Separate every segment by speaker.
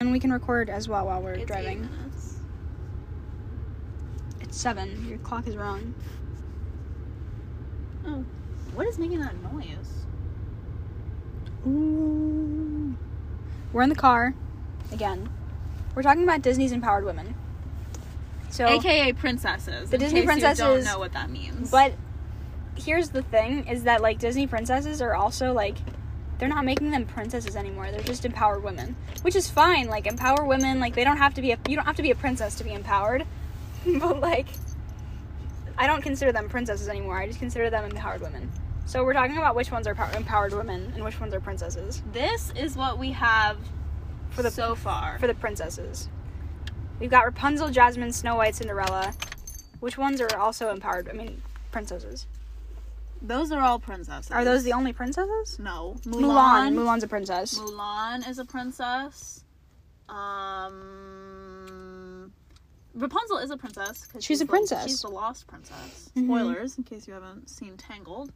Speaker 1: And we can record as well while we're
Speaker 2: It's eight
Speaker 1: driving.
Speaker 2: minutes.
Speaker 1: It's seven. Your clock is wrong.
Speaker 2: Oh, what is making that noise?
Speaker 1: Ooh. We're in the car again. We're talking about Disney's empowered women. So,
Speaker 2: AKA princesses.
Speaker 1: The Disney
Speaker 2: in case You don't
Speaker 1: princesses-
Speaker 2: know what that means.
Speaker 1: but here's the thing: is that like Disney princesses are also like they're not making them princesses anymore. They're just empowered women, which is fine. Like empower women. Like they don't have to be a you don't have to be a princess to be empowered. but like, I don't consider them princesses anymore. I just consider them empowered women. So we're talking about which ones are pow- empowered women and which ones are princesses
Speaker 2: this is what we have
Speaker 1: for the
Speaker 2: so far.
Speaker 1: for the princesses. We've got Rapunzel, Jasmine, Snow White, Cinderella. Which ones are also empowered? I mean, princesses.
Speaker 2: those are all princesses.
Speaker 1: Are those the only princesses?
Speaker 2: No.
Speaker 1: Mulan.
Speaker 2: Mulan.
Speaker 1: Mulan's a princess.
Speaker 2: Mulan is a princess. Um, Rapunzel is a princess. 'cause
Speaker 1: She's a
Speaker 2: the-
Speaker 1: princess.
Speaker 2: she's the lost princess.
Speaker 1: Mhm.
Speaker 2: Spoilers, in case you haven't seen Tangled.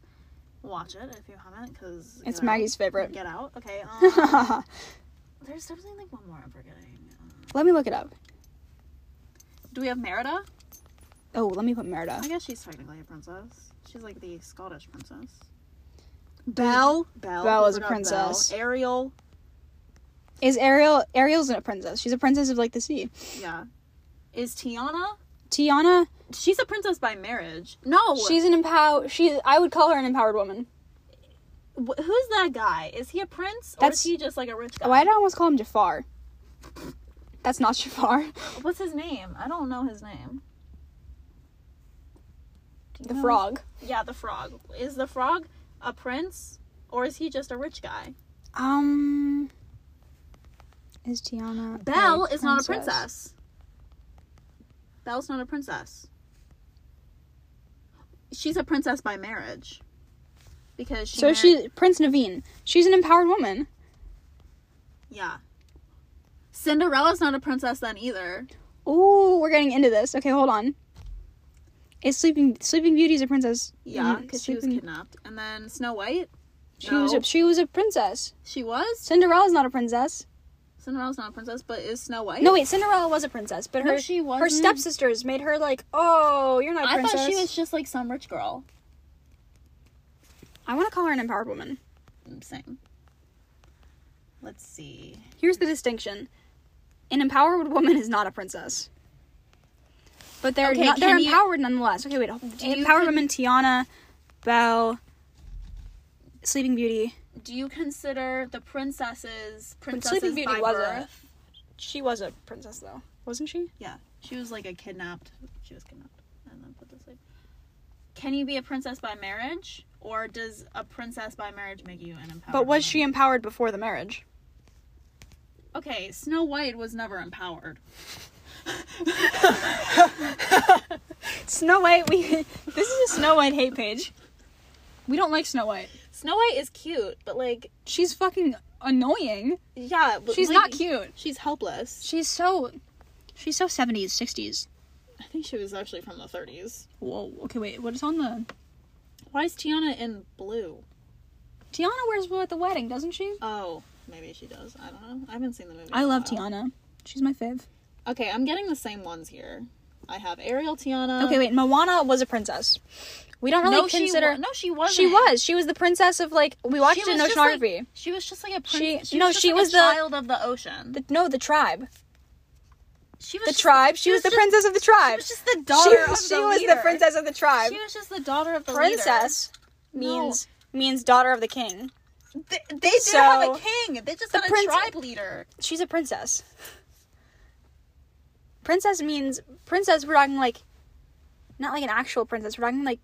Speaker 2: Watch it if you haven't, because
Speaker 1: It's Maggie's favorite.
Speaker 2: Get out. Okay. Um,
Speaker 1: Let
Speaker 2: there's definitely like one more I'm forgetting. Um,
Speaker 1: me look it up.
Speaker 2: do we have Merida?
Speaker 1: Oh, let me put
Speaker 2: I
Speaker 1: Merida.
Speaker 2: guess she's technically a princess. She's like the Scottish princess.
Speaker 1: Belle?
Speaker 2: Belle,
Speaker 1: Belle
Speaker 2: we
Speaker 1: is a
Speaker 2: forgot Belle.
Speaker 1: princess.
Speaker 2: Ariel,
Speaker 1: Is Ariel? Ariel's a princess. She's a princess of like the sea.
Speaker 2: yeah. Is Tiana?
Speaker 1: Tiana.
Speaker 2: She's a princess by marriage. No,
Speaker 1: She's an empower. She. I would call her an empowered woman.
Speaker 2: Wh- who's that guy? Is he a prince or
Speaker 1: That's-
Speaker 2: is he just like a rich guy?
Speaker 1: Why did I almost call him Jafar? That's not Jafar.
Speaker 2: What's his name? I don't know his name. Do you
Speaker 1: The
Speaker 2: know?
Speaker 1: frog.
Speaker 2: Yeah, the frog. Is the frog a prince or is he just a rich guy?
Speaker 1: Um. Is Tiana? a
Speaker 2: Belle is not a princess. Belle's not a princess. She's a princess by marriage. Because she
Speaker 1: So
Speaker 2: married-
Speaker 1: she Prince Naveen. She's an empowered woman.
Speaker 2: Yeah. Cinderella's not a princess then either.
Speaker 1: Ooh, we're getting into this. Okay, hold on. Is Sleeping Sleeping Beauty's a princess?
Speaker 2: Yeah,
Speaker 1: Mhm,
Speaker 2: because she was
Speaker 1: Sleeping-
Speaker 2: kidnapped. And then Snow White?
Speaker 1: She was a,
Speaker 2: no.
Speaker 1: she was a princess.
Speaker 2: She was?
Speaker 1: Cinderella's not a princess.
Speaker 2: Cinderella's not a princess, but is Snow White?
Speaker 1: No, wait, Cinderella was a princess, but
Speaker 2: No,
Speaker 1: her
Speaker 2: she
Speaker 1: her
Speaker 2: wasn't.
Speaker 1: stepsisters made her like, oh, you're not a
Speaker 2: I
Speaker 1: princess.
Speaker 2: thought she was just like some rich girl.
Speaker 1: I want to call her an empowered woman.
Speaker 2: Same. Let's see.
Speaker 1: Here's the distinction: an empowered woman is not a princess, but they're
Speaker 2: Okay,
Speaker 1: not, they're
Speaker 2: can you-
Speaker 1: empowered nonetheless. Okay, wait,
Speaker 2: you
Speaker 1: empowered
Speaker 2: con-
Speaker 1: women: Tiana, Belle, Sleeping Beauty.
Speaker 2: Do you consider the princesses princesses
Speaker 1: Sleeping Beauty
Speaker 2: by
Speaker 1: was a-
Speaker 2: birth?
Speaker 1: She was a princess though, wasn't she?
Speaker 2: Yeah, she was like a kidnapped. She was kidnapped and then put to sleep. Can you be a princess by marriage, or does a princess by marriage make you an empowered?
Speaker 1: But was
Speaker 2: woman?
Speaker 1: she empowered before the marriage?
Speaker 2: Okay, Snow White was never empowered.
Speaker 1: Snow White, we this is a Snow White hate page. We don't like Snow White.
Speaker 2: Snow White is cute, but like,
Speaker 1: She's fucking annoying.
Speaker 2: yeah, but,
Speaker 1: She's
Speaker 2: like,
Speaker 1: not cute.
Speaker 2: She's helpless.
Speaker 1: She's so she's so 70s, 60s.
Speaker 2: I think she was actually from the 30s.
Speaker 1: Whoa. Okay, wait. What is on the
Speaker 2: Why is Tiana in blue?
Speaker 1: Tiana wears blue at the wedding, doesn't she?
Speaker 2: Oh, maybe she does. I don't know. I haven't seen the movie.
Speaker 1: I
Speaker 2: in a
Speaker 1: love
Speaker 2: while.
Speaker 1: Tiana. She's my fave.
Speaker 2: Okay, I'm getting the same ones here. I have Ariel, Tiana.
Speaker 1: okay, wait. Moana was a princess. We don't really
Speaker 2: Um, no,
Speaker 1: consider
Speaker 2: She wa- no, she wasn't.
Speaker 1: She was. She was the princess of like we watched
Speaker 2: She
Speaker 1: in
Speaker 2: was just like-
Speaker 1: Oceanography.
Speaker 2: She was just like a
Speaker 1: She-
Speaker 2: princess.
Speaker 1: no,
Speaker 2: was just
Speaker 1: she
Speaker 2: like
Speaker 1: was
Speaker 2: a
Speaker 1: the-
Speaker 2: child of the ocean.
Speaker 1: The, no, the tribe.
Speaker 2: she was
Speaker 1: The
Speaker 2: just-
Speaker 1: tribe. She was the
Speaker 2: just-
Speaker 1: princess of the
Speaker 2: She
Speaker 1: tribe.
Speaker 2: was just the daughter
Speaker 1: she
Speaker 2: of
Speaker 1: she
Speaker 2: the
Speaker 1: was
Speaker 2: leader.
Speaker 1: the princess of the tribe.
Speaker 2: She was just the daughter of the
Speaker 1: princess
Speaker 2: No.
Speaker 1: means means daughter of the king.
Speaker 2: leader. They, they didn't
Speaker 1: So,
Speaker 2: have a king. They just
Speaker 1: the
Speaker 2: had a
Speaker 1: prince-
Speaker 2: tribe leader.
Speaker 1: She's a princess. Princess means princess. We're talking like not like an actual princess. We're talking like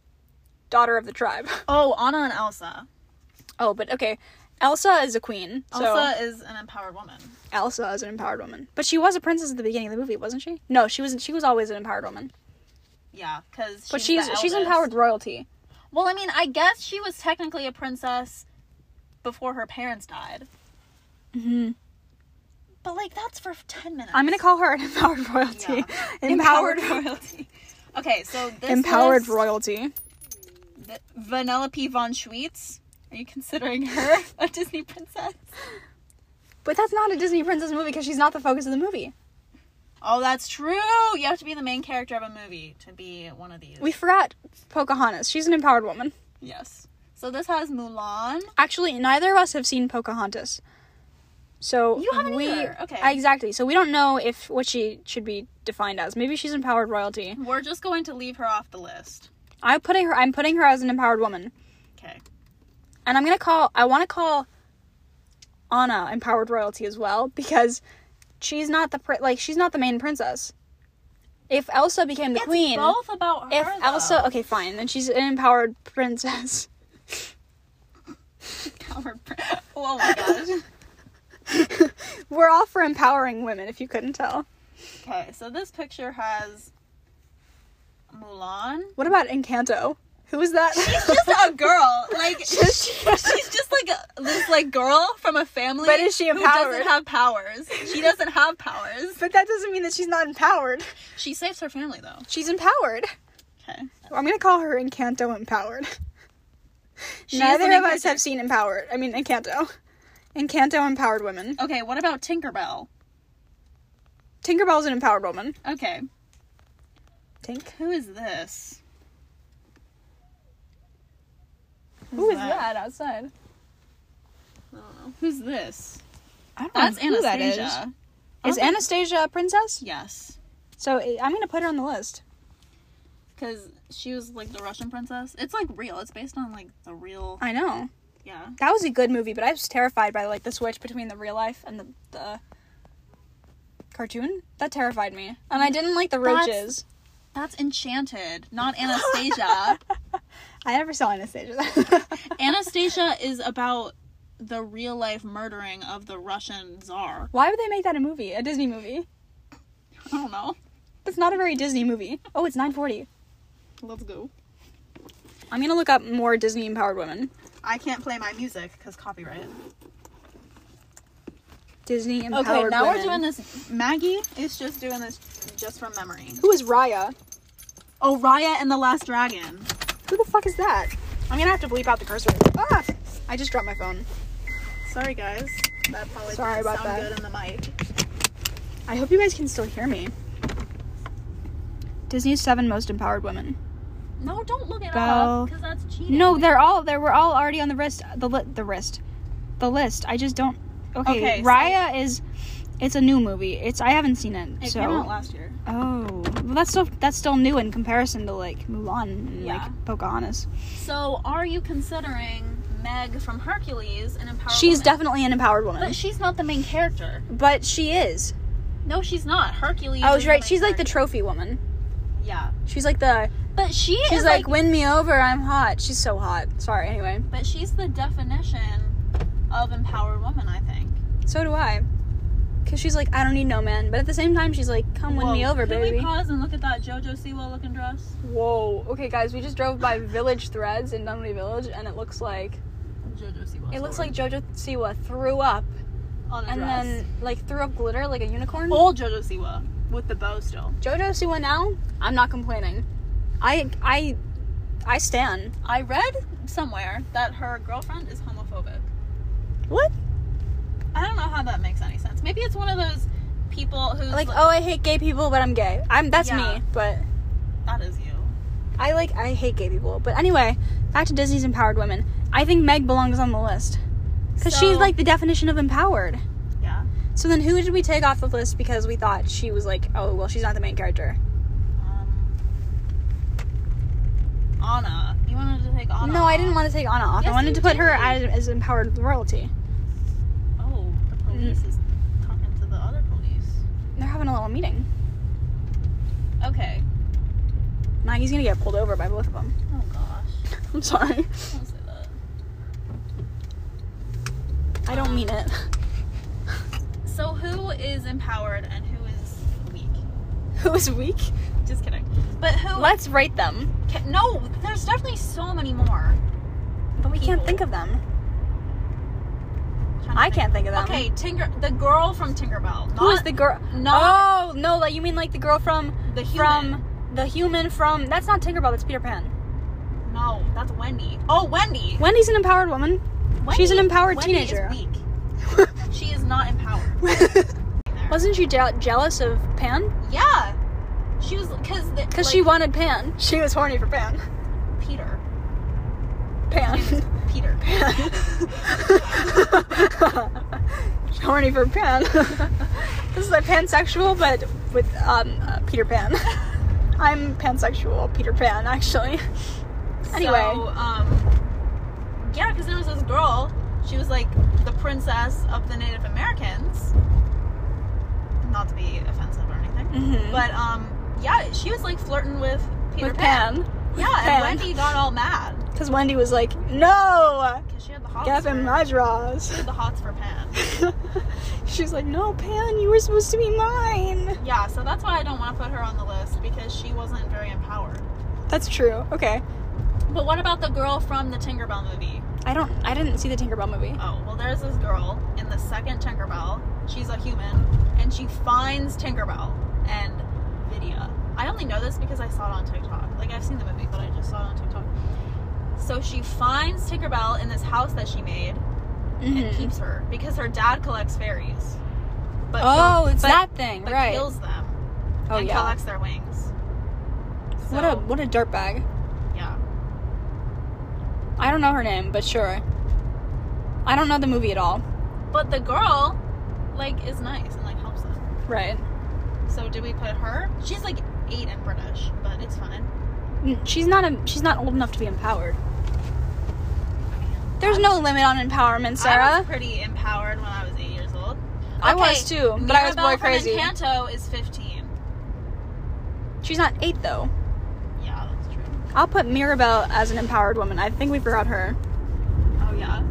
Speaker 1: daughter of the tribe.
Speaker 2: Oh, Anna and Elsa.
Speaker 1: Oh, but okay. Elsa is a queen. So Elsa,
Speaker 2: Elsa is an empowered woman.
Speaker 1: is an empowered woman. But she was a princess at the beginning of the movie, wasn't she? No, she wasn't. She was always an empowered woman.
Speaker 2: Yeah, because
Speaker 1: But
Speaker 2: she's
Speaker 1: she's
Speaker 2: the
Speaker 1: she's,
Speaker 2: eldest.
Speaker 1: empowered royalty.
Speaker 2: Well, I mean, I guess she was technically a princess before her parents died.
Speaker 1: Mm-hmm.
Speaker 2: But like, that's for ten minutes.
Speaker 1: I'm gonna call her an empowered royalty. Empowered.
Speaker 2: royalty. Okay, so this
Speaker 1: Empowered
Speaker 2: list-
Speaker 1: royalty.
Speaker 2: the- Vanellope von Schweetz. Are you considering her a Disney princess?
Speaker 1: But that's not a Disney princess movie because she's not the focus of the movie.
Speaker 2: Oh, that's true. You have to be the main character of a movie to be one of these.
Speaker 1: We forgot Pocahontas. She's an empowered woman.
Speaker 2: yes. So this has Mulan.
Speaker 1: Actually, neither of us have seen Pocahontas. So
Speaker 2: You haven't
Speaker 1: we,
Speaker 2: either. Okay.
Speaker 1: Exactly. So we don't know if what she should be defined as. Maybe she's empowered royalty.
Speaker 2: We're just going to leave her off the list.
Speaker 1: I'm putting her. I'm putting her as an empowered woman.
Speaker 2: Okay.
Speaker 1: and I'm gonna call. I want to call Anna empowered royalty as well because she's not the pri- like she's not the main princess. If Elsa became the
Speaker 2: It's
Speaker 1: queen,
Speaker 2: both about her.
Speaker 1: if
Speaker 2: though.
Speaker 1: Elsa, okay, fine, then she's an empowered princess.
Speaker 2: Our pr- oh my gosh.
Speaker 1: We're all for empowering women, if you couldn't tell.
Speaker 2: okay, so this picture has Mulan.
Speaker 1: What about Encanto? Who is that?
Speaker 2: She's just a girl. Like
Speaker 1: Just-
Speaker 2: she's just like a, this like girl from a family.
Speaker 1: But is she
Speaker 2: Who
Speaker 1: empowered?
Speaker 2: doesn't have powers? She doesn't have powers.
Speaker 1: but that doesn't mean that she's not empowered.
Speaker 2: She saves her family though.
Speaker 1: She's empowered.
Speaker 2: Okay.
Speaker 1: I'm gonna call her Encanto empowered.
Speaker 2: She is the
Speaker 1: Neither
Speaker 2: main
Speaker 1: of us
Speaker 2: character.
Speaker 1: have seen empowered. I mean, Encanto. Encanto empowered women.
Speaker 2: Okay, what about Tinkerbell?
Speaker 1: Tinkerbell's an empowered woman.
Speaker 2: Okay,
Speaker 1: Tink.
Speaker 2: who is this?
Speaker 1: Who
Speaker 2: is that
Speaker 1: outside?
Speaker 2: I don't know. Who's this?
Speaker 1: I don't
Speaker 2: That's
Speaker 1: know Um, who that
Speaker 2: Anastasia.
Speaker 1: is.
Speaker 2: I
Speaker 1: Is
Speaker 2: don't think-
Speaker 1: Anastasia a princess?
Speaker 2: Yes.
Speaker 1: So I- I'm gonna put her on the list.
Speaker 2: Because she was like the Russian princess. It's like real. It's based on like the real.
Speaker 1: I know
Speaker 2: Yeah.
Speaker 1: that was a good movie, but I was terrified by like the switch between the real life and the the cartoon. That terrified me, and I didn't like the
Speaker 2: That's-
Speaker 1: roaches.
Speaker 2: That's Enchanted, not Anastasia.
Speaker 1: I never saw Anastasia.
Speaker 2: Anastasia is about the real life murdering of the Russian czar.
Speaker 1: Why would they make that a movie? A Disney movie?
Speaker 2: I don't know.
Speaker 1: That's not a very Disney movie. Oh, it's 9:40.
Speaker 2: Let's go.
Speaker 1: I'm gonna look up more Disney empowered women.
Speaker 2: I can't play my music because copyright.
Speaker 1: Disney empowered.
Speaker 2: Okay, now we're
Speaker 1: women.
Speaker 2: doing this. Maggie is just doing this just from memory.
Speaker 1: Who is Raya?
Speaker 2: Oh, Raya and the Last Dragon.
Speaker 1: Who the fuck is that? I'm gonna have to bleep out the cursor. Ah! I just dropped my phone.
Speaker 2: Sorry, guys. That probably
Speaker 1: Sorry
Speaker 2: didn't
Speaker 1: about
Speaker 2: sound
Speaker 1: that.
Speaker 2: good in the mic.
Speaker 1: I hope you guys can still hear me. Disney's seven most empowered women.
Speaker 2: No, don't look it
Speaker 1: Bell.
Speaker 2: up because that's cheating.
Speaker 1: No, they're all they were all already on the wrist the li- the wrist. The list. I just don't Okay,
Speaker 2: Okay, so-
Speaker 1: Raya is it's a new movie. It's I haven't seen it.
Speaker 2: It
Speaker 1: so
Speaker 2: came out last year.
Speaker 1: Oh. Well that's still that's still new in comparison to like Mulan and
Speaker 2: Yeah.
Speaker 1: like Pocahontas.
Speaker 2: So, are you considering Meg from Hercules an empowered?
Speaker 1: She's
Speaker 2: woman?
Speaker 1: definitely an empowered woman.
Speaker 2: but she's not the main character.
Speaker 1: but she is.
Speaker 2: No, she's not. Hercules.
Speaker 1: Oh,
Speaker 2: is
Speaker 1: she's right.
Speaker 2: main
Speaker 1: She's like the
Speaker 2: character.
Speaker 1: trophy woman.
Speaker 2: yeah,
Speaker 1: She's like the
Speaker 2: but she
Speaker 1: She's
Speaker 2: is
Speaker 1: like,
Speaker 2: like,
Speaker 1: win me over, I'm hot. She's so hot. Sorry, anyway.
Speaker 2: but she's the definition of empowered woman. I think.
Speaker 1: So do I. Because she's like, I don't need no man. But at the same time, she's like, come win me
Speaker 2: Whoa,
Speaker 1: over,
Speaker 2: can
Speaker 1: baby.
Speaker 2: we pause and look at that JoJo Siwa looking dress?
Speaker 1: Whoa. Okay, guys, we just drove by Village Threads in Dunwoody Village, and it looks like.
Speaker 2: JoJo Siwa.
Speaker 1: It looks like JoJo Siwa threw up
Speaker 2: on a
Speaker 1: and
Speaker 2: dress. Oh.
Speaker 1: then, like, threw up glitter like a unicorn.
Speaker 2: old JoJo Siwa with the bow still.
Speaker 1: JoJo Siwa now? I'm not complaining. I. I. I stand.
Speaker 2: I read somewhere that her girlfriend is homophobic.
Speaker 1: What?
Speaker 2: I don't know how that makes any sense. Maybe it's one of those people who's
Speaker 1: Like, oh, I hate gay people, but I'm gay. I'm that's
Speaker 2: Yeah.
Speaker 1: me. But
Speaker 2: that is you.
Speaker 1: I like I hate gay people. But anyway, back to Disney's empowered women. I think Meg belongs on the list because she's
Speaker 2: So-
Speaker 1: like the definition of empowered.
Speaker 2: Yeah.
Speaker 1: So then, who did we take off the list because we thought she was like, oh well, she's not the main character?
Speaker 2: Um, Anna, you wanted to take Anna.
Speaker 1: no, I
Speaker 2: off.
Speaker 1: didn't want to take Anna off.
Speaker 2: Yes,
Speaker 1: I wanted
Speaker 2: you
Speaker 1: to put her
Speaker 2: did.
Speaker 1: as, as empowered royalty.
Speaker 2: Oh, the police is talking to the other police.
Speaker 1: They're having a little meeting.
Speaker 2: Okay.
Speaker 1: Maggie's gonna get pulled over by both of them.
Speaker 2: Oh gosh.
Speaker 1: I'm sorry.
Speaker 2: Don't say that.
Speaker 1: I don't mean it.
Speaker 2: So who is empowered and who is weak?
Speaker 1: Who is weak?
Speaker 2: Just kidding. But who?
Speaker 1: Let's rate them,
Speaker 2: Ca- no, there's definitely so many more.
Speaker 1: but we can't
Speaker 2: People.
Speaker 1: think of them.
Speaker 2: Trying to
Speaker 1: I can't think of them.
Speaker 2: Okay, Tinker, the girl from Tinkerbell. Not,
Speaker 1: Who is the Oh, girl?
Speaker 2: Not
Speaker 1: oh no, like you mean like the girl from
Speaker 2: the human.
Speaker 1: from the human from that's not Tinkerbell, that's Peter Pan.
Speaker 2: No, that's Wendy. Oh, Wendy.
Speaker 1: Wendy's an empowered woman.
Speaker 2: Wendy
Speaker 1: She's an empowered
Speaker 2: Wendy
Speaker 1: teenager.
Speaker 2: Is weak. She is not empowered.
Speaker 1: Wasn't she je- jealous of Pan?
Speaker 2: Yeah. She was because
Speaker 1: Because she wanted Pan. She was horny for Pan.
Speaker 2: Peter.
Speaker 1: Pan.
Speaker 2: His name is Peter.
Speaker 1: She's horny for Pan. this is a pansexual, but with um, uh, Peter Pan. I'm pansexual, Peter Pan, actually. Anyway.
Speaker 2: So, um, yeah, because there was this girl. She was like the princess of the Native Americans. Not to be offensive or anything,
Speaker 1: Mhm.
Speaker 2: but um, yeah, she was like flirting with Peter
Speaker 1: with
Speaker 2: Pan.
Speaker 1: Pan.
Speaker 2: Yeah,
Speaker 1: Pan.
Speaker 2: and Wendy got all mad
Speaker 1: Because Wendy was like, no!
Speaker 2: because she had the hots.
Speaker 1: Give
Speaker 2: for,
Speaker 1: him my
Speaker 2: she
Speaker 1: draws.
Speaker 2: had the hots for Pan.
Speaker 1: she was like, no, Pan, you were supposed to be mine.
Speaker 2: Yeah, so that's why I don't want to put her on the list because she wasn't very empowered.
Speaker 1: That's true. Okay.
Speaker 2: But what about the girl from the Tinkerbell movie?
Speaker 1: I don't, I didn't see the Tinkerbell movie.
Speaker 2: Oh, well, there's this girl in the second Tinkerbell. She's a human, and she finds Tinkerbell and Vidya. I only know this because I saw it on TikTok. Like, I've seen the movie, but I just saw it on TikTok. So she finds Tinkerbell in this house that she made and
Speaker 1: Mhm.
Speaker 2: keeps her because her dad collects fairies. But
Speaker 1: Oh, it's
Speaker 2: but-
Speaker 1: that thing,
Speaker 2: but
Speaker 1: right.
Speaker 2: kills them
Speaker 1: Oh,
Speaker 2: and
Speaker 1: yeah.
Speaker 2: collects their wings.
Speaker 1: What a,
Speaker 2: So,
Speaker 1: what a dirtbag.
Speaker 2: yeah.
Speaker 1: I don't know her name, but sure. I don't know the movie at all.
Speaker 2: But the girl, like, is nice and like helps them.
Speaker 1: Right.
Speaker 2: So do we put her? She's like eight and British, but it's fine.
Speaker 1: N- Mm, She's not a, she's not old enough to be empowered. There's no limit on empowerment,
Speaker 2: I was
Speaker 1: Sarah.
Speaker 2: pretty empowered when I was eight years old.
Speaker 1: I was too, but I was boy
Speaker 2: Mirabelle
Speaker 1: crazy.
Speaker 2: From Encanto is fifteen.
Speaker 1: She's not eight though.
Speaker 2: Yeah, that's true.
Speaker 1: I'll put Mirabelle as an empowered woman. I think we forgot her.
Speaker 2: Oh yeah.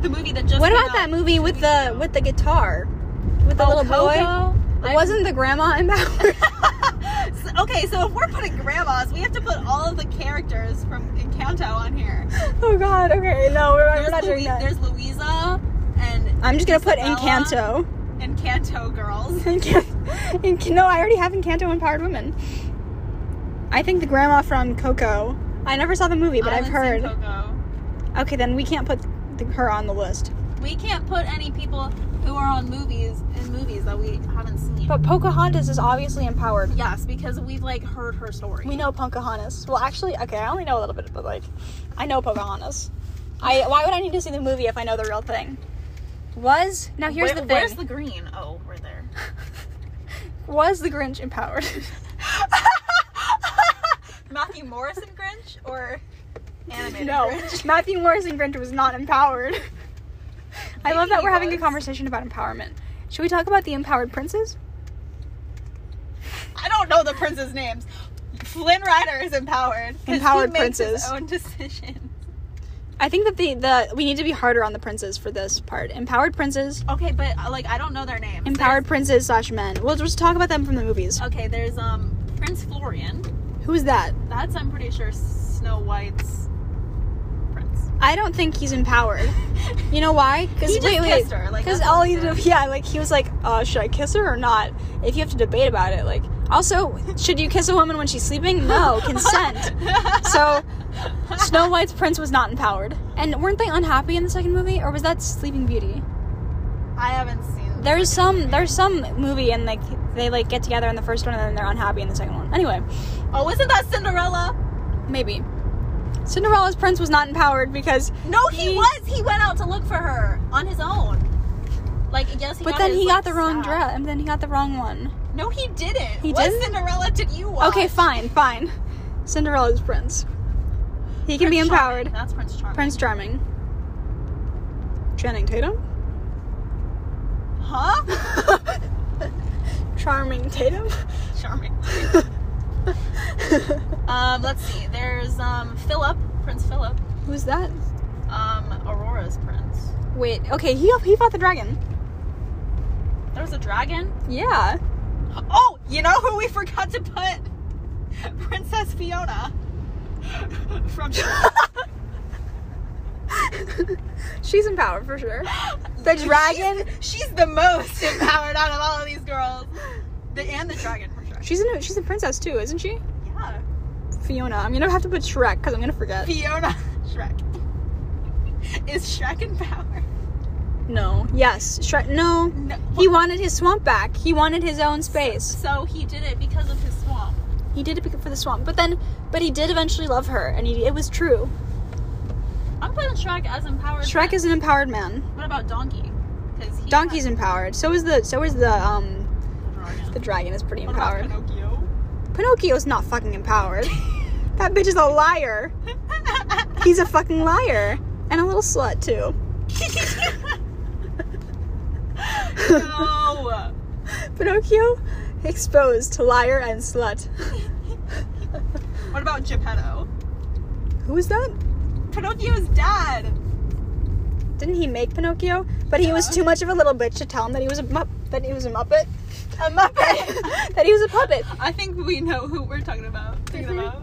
Speaker 2: the movie that just.
Speaker 1: what
Speaker 2: came
Speaker 1: about
Speaker 2: out
Speaker 1: that movie
Speaker 2: two
Speaker 1: with
Speaker 2: weeks
Speaker 1: the
Speaker 2: ago.
Speaker 1: with the guitar, with the
Speaker 2: Oh,
Speaker 1: little boy?
Speaker 2: Coco? I-
Speaker 1: Wasn't the grandma empowered?
Speaker 2: So- okay, so if we're putting grandmas, we have to put all of the characters from Encanto on here.
Speaker 1: oh God. Okay, no, we're, we're
Speaker 2: There's,
Speaker 1: not doing
Speaker 2: Louis-
Speaker 1: that.
Speaker 2: there's Louisa and
Speaker 1: I'm just gonna put
Speaker 2: Isabella.
Speaker 1: Encanto.
Speaker 2: Encanto girls.
Speaker 1: Encan- Enc- no, I already have Encanto empowered women. I think the grandma from Coco. I never saw the movie, but
Speaker 2: I
Speaker 1: I've
Speaker 2: haven't
Speaker 1: heard.
Speaker 2: seen Coco.
Speaker 1: Okay, then we can't put the, her on the list.
Speaker 2: We can't put any people who are on movies in movies that we haven't seen.
Speaker 1: But Pocahontas is obviously empowered.
Speaker 2: yes, because we've like heard her story.
Speaker 1: We know Pocahontas. Well, actually, okay, I only know a little bit, but like, I know Pocahontas. I why would I need to see the movie if I know the real thing? Was now here's
Speaker 2: Where-
Speaker 1: the
Speaker 2: where's
Speaker 1: thing.
Speaker 2: the green? Oh, we're there.
Speaker 1: Was the Grinch empowered?
Speaker 2: Matthew Morrison Grinch or animated
Speaker 1: no,
Speaker 2: Grinch?
Speaker 1: Matthew Morrison Grinch was not empowered. I
Speaker 2: Maybe
Speaker 1: love that
Speaker 2: he
Speaker 1: we're having a
Speaker 2: was.
Speaker 1: conversation about empowerment. Should we talk about the empowered princes?
Speaker 2: I don't know the princes' names. Flynn Rider is empowered. 'cause
Speaker 1: Empowered
Speaker 2: he makes
Speaker 1: princes.
Speaker 2: His own decision.
Speaker 1: I think that the the we need to be harder on the princes for this part. Empowered princes,
Speaker 2: Okay, but uh, like I don't know their names.
Speaker 1: empowered princes slash men. We'll just talk about them from the movies.
Speaker 2: There's- okay, there's um Prince Florian.
Speaker 1: Who is that?
Speaker 2: That's I'm pretty sure Snow White's prince.
Speaker 1: I don't think he's empowered. You know why?
Speaker 2: He
Speaker 1: Because
Speaker 2: just
Speaker 1: wait, wait.
Speaker 2: kissed her, like,
Speaker 1: Because
Speaker 2: that's
Speaker 1: all
Speaker 2: all
Speaker 1: he
Speaker 2: he
Speaker 1: did,
Speaker 2: did.
Speaker 1: yeah, like he was like, uh, should I kiss her or not? If you have to debate about it, like, also, should you kiss a woman when she's sleeping? No, consent. So, Snow White's prince was not empowered, and weren't they unhappy in the second movie, or was that Sleeping Beauty?
Speaker 2: I haven't seen.
Speaker 1: There's some, there's some movie, and like they like get together in the first one, and then they're unhappy in the second one. Anyway,
Speaker 2: Oh, isn't that Cinderella?
Speaker 1: maybe. Cinderella's prince was not empowered because
Speaker 2: No, he,
Speaker 1: He-
Speaker 2: was. He went out to look for her on his own. Like yes, he
Speaker 1: But
Speaker 2: got
Speaker 1: then
Speaker 2: his,
Speaker 1: he
Speaker 2: like,
Speaker 1: got the wrong
Speaker 2: sack.
Speaker 1: dress, and then he got the wrong one.
Speaker 2: No, he didn't.
Speaker 1: He
Speaker 2: what
Speaker 1: didn't?
Speaker 2: Cinderella did you watch?
Speaker 1: Okay, fine, fine. Cinderella's prince. He can be
Speaker 2: Prince
Speaker 1: empowered.
Speaker 2: Charming. That's Prince Charming.
Speaker 1: Prince Charming. Channing Tatum?
Speaker 2: Huh?
Speaker 1: Charming Tatum?
Speaker 2: Charming. Um, let's see. There's um Philip, Prince Philip,
Speaker 1: Who's that?
Speaker 2: um Aurora's prince.
Speaker 1: Wait, okay, he he fought the dragon.
Speaker 2: There was a dragon.
Speaker 1: Yeah.
Speaker 2: Oh, you know who we forgot to put? Princess Fiona. From
Speaker 1: She's empowered for sure. The dragon?
Speaker 2: She's the most empowered out of all of these girls. The, and the dragon for sure.
Speaker 1: She's a she's a princess too, isn't she?
Speaker 2: Yeah.
Speaker 1: Fiona. I'm gonna have to put Shrek because I'm gonna forget.
Speaker 2: Fiona Shrek. Is Shrek in power?
Speaker 1: No. Yes. Shrek. No.
Speaker 2: No,
Speaker 1: He wanted his swamp back. He wanted his own space.
Speaker 2: so he did it because of his swamp.
Speaker 1: He did it bec- for the swamp, but then, but he did eventually love her, and he, it was true.
Speaker 2: I'm putting Shrek as empowered.
Speaker 1: Shrek
Speaker 2: man.
Speaker 1: is an empowered man.
Speaker 2: What about Donkey? Because
Speaker 1: Donkey's empowered. So is the so is the um the
Speaker 2: What
Speaker 1: dragon is pretty
Speaker 2: about
Speaker 1: empowered.
Speaker 2: Pinocchio?
Speaker 1: Pinocchio's not fucking empowered. that bitch is a liar. He's a fucking liar and a little slut too.
Speaker 2: no.
Speaker 1: Pinocchio exposed to liar and slut.
Speaker 2: What about Geppetto?
Speaker 1: Who is that?
Speaker 2: Pinocchio's dad.
Speaker 1: Didn't he make Pinocchio? But he was
Speaker 2: Yeah.
Speaker 1: too much of a little bitch to tell him that he was a mupp that he was a muppet.
Speaker 2: A Muppet.
Speaker 1: that he was a puppet.
Speaker 2: I think we know who we're talking about. Thinking
Speaker 1: Mhm.
Speaker 2: about.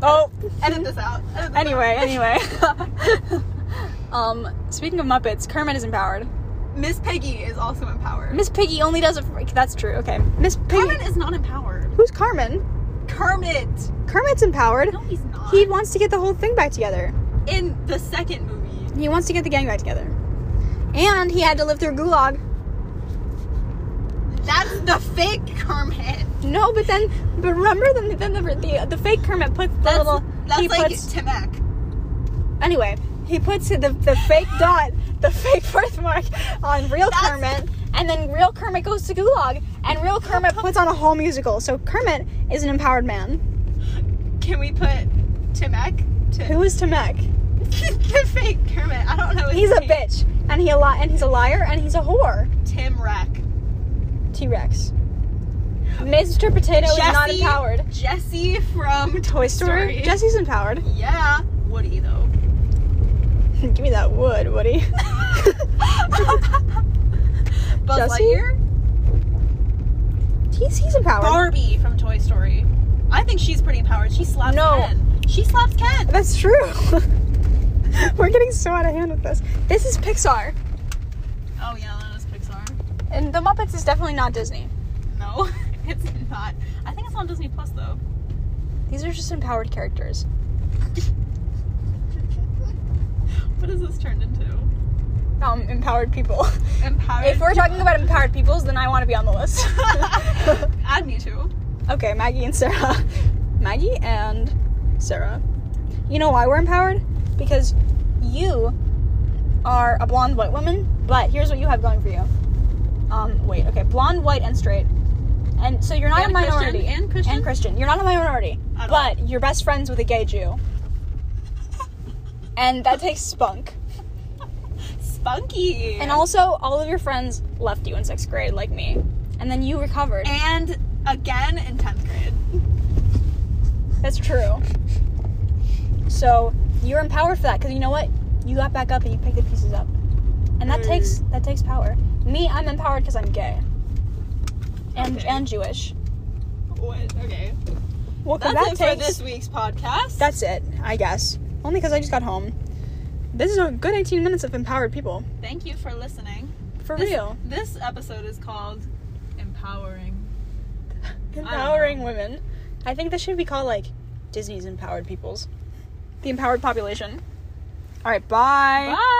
Speaker 1: Oh,
Speaker 2: Edit this out. Edit this
Speaker 1: anyway,
Speaker 2: out.
Speaker 1: anyway. um, speaking of Muppets, Kermit is empowered.
Speaker 2: Miss Piggy is also empowered.
Speaker 1: Miss Piggy only does it. For, that's true. Okay, Miss Piggy.
Speaker 2: Kermit is not empowered.
Speaker 1: Who's Carmen?
Speaker 2: Kermit.
Speaker 1: Kermit's empowered.
Speaker 2: No, he's not.
Speaker 1: He wants to get the whole thing back together.
Speaker 2: in the second movie.
Speaker 1: He wants to get the gang back together. And he had to live through Gulag.
Speaker 2: That's the fake Kermit.
Speaker 1: No, but then, but remember then, then the, the the fake Kermit puts the
Speaker 2: That's,
Speaker 1: little
Speaker 2: that's
Speaker 1: he
Speaker 2: like
Speaker 1: puts
Speaker 2: Timac.
Speaker 1: anyway he puts the the fake dot the fake birthmark on real
Speaker 2: That's-
Speaker 1: Kermit, and then real Kermit goes to Gulag, and real Kermit puts on a whole musical. So Kermit is an empowered man.
Speaker 2: Can we put Timac? To-
Speaker 1: Who is Tamek?
Speaker 2: the fake Kermit. I don't know. his
Speaker 1: He's a
Speaker 2: name.
Speaker 1: bitch, and he a li- and he's a liar, and he's a whore.
Speaker 2: Tim Rack.
Speaker 1: T Rex. Mr. Potato is not
Speaker 2: Jesse-
Speaker 1: empowered.
Speaker 2: Jesse from
Speaker 1: Toy Story.
Speaker 2: Story.
Speaker 1: Jesse's empowered.
Speaker 2: Yeah. Woody though.
Speaker 1: Give me that wood, Woody.
Speaker 2: Buzz
Speaker 1: Jesse?
Speaker 2: Lightyear.
Speaker 1: He's, he's empowered.
Speaker 2: Barbie from Toy Story. I think she's pretty empowered. She slaps
Speaker 1: No.
Speaker 2: Ken. She slaps Ken.
Speaker 1: That's true. We're getting so out of hand with this. This is Pixar,
Speaker 2: Oh yeah, that is Pixar.
Speaker 1: and The Muppets is definitely not Disney.
Speaker 2: No, it's not. I think it's on Disney Plus though.
Speaker 1: These are just empowered characters.
Speaker 2: What has this turned into?
Speaker 1: Um, empowered people.
Speaker 2: Empowered.
Speaker 1: If we're talking about empowered peoples, then I want to be on the list.
Speaker 2: Add me too.
Speaker 1: okay, Maggie and Sarah. Maggie and Sarah. You know why we're empowered? Because you are a blonde white woman, but here's what you have going for you. Um, wait, okay, blonde, white, and straight. And so you're not
Speaker 2: And
Speaker 1: a minority.
Speaker 2: Christian, and Christian?
Speaker 1: And Christian. You're not a minority.
Speaker 2: At all.
Speaker 1: But you're best friends with a gay Jew. And that takes spunk.
Speaker 2: Spunky.
Speaker 1: And also, all of your friends left you in sixth grade, like me. And then you recovered.
Speaker 2: And again in 10th grade.
Speaker 1: That's true. So you're empowered for that because you know what? You got back up and you picked the pieces up, and that
Speaker 2: Mm.
Speaker 1: takes that takes power. Me, I'm empowered because I'm gay, and
Speaker 2: Okay.
Speaker 1: and Jewish.
Speaker 2: What? Okay.
Speaker 1: Well, 'cause
Speaker 2: That's
Speaker 1: that
Speaker 2: it
Speaker 1: takes.
Speaker 2: for this week's podcast.
Speaker 1: That's it, I guess. Only because I just got home. This is a good 18 minutes of empowered people,
Speaker 2: Thank you for listening.
Speaker 1: for
Speaker 2: this,
Speaker 1: real.
Speaker 2: This episode is called Empowering.
Speaker 1: Empowering women. Um, I think this should be called like Disney's empowered peoples, the empowered population. All right, bye.
Speaker 2: Bye.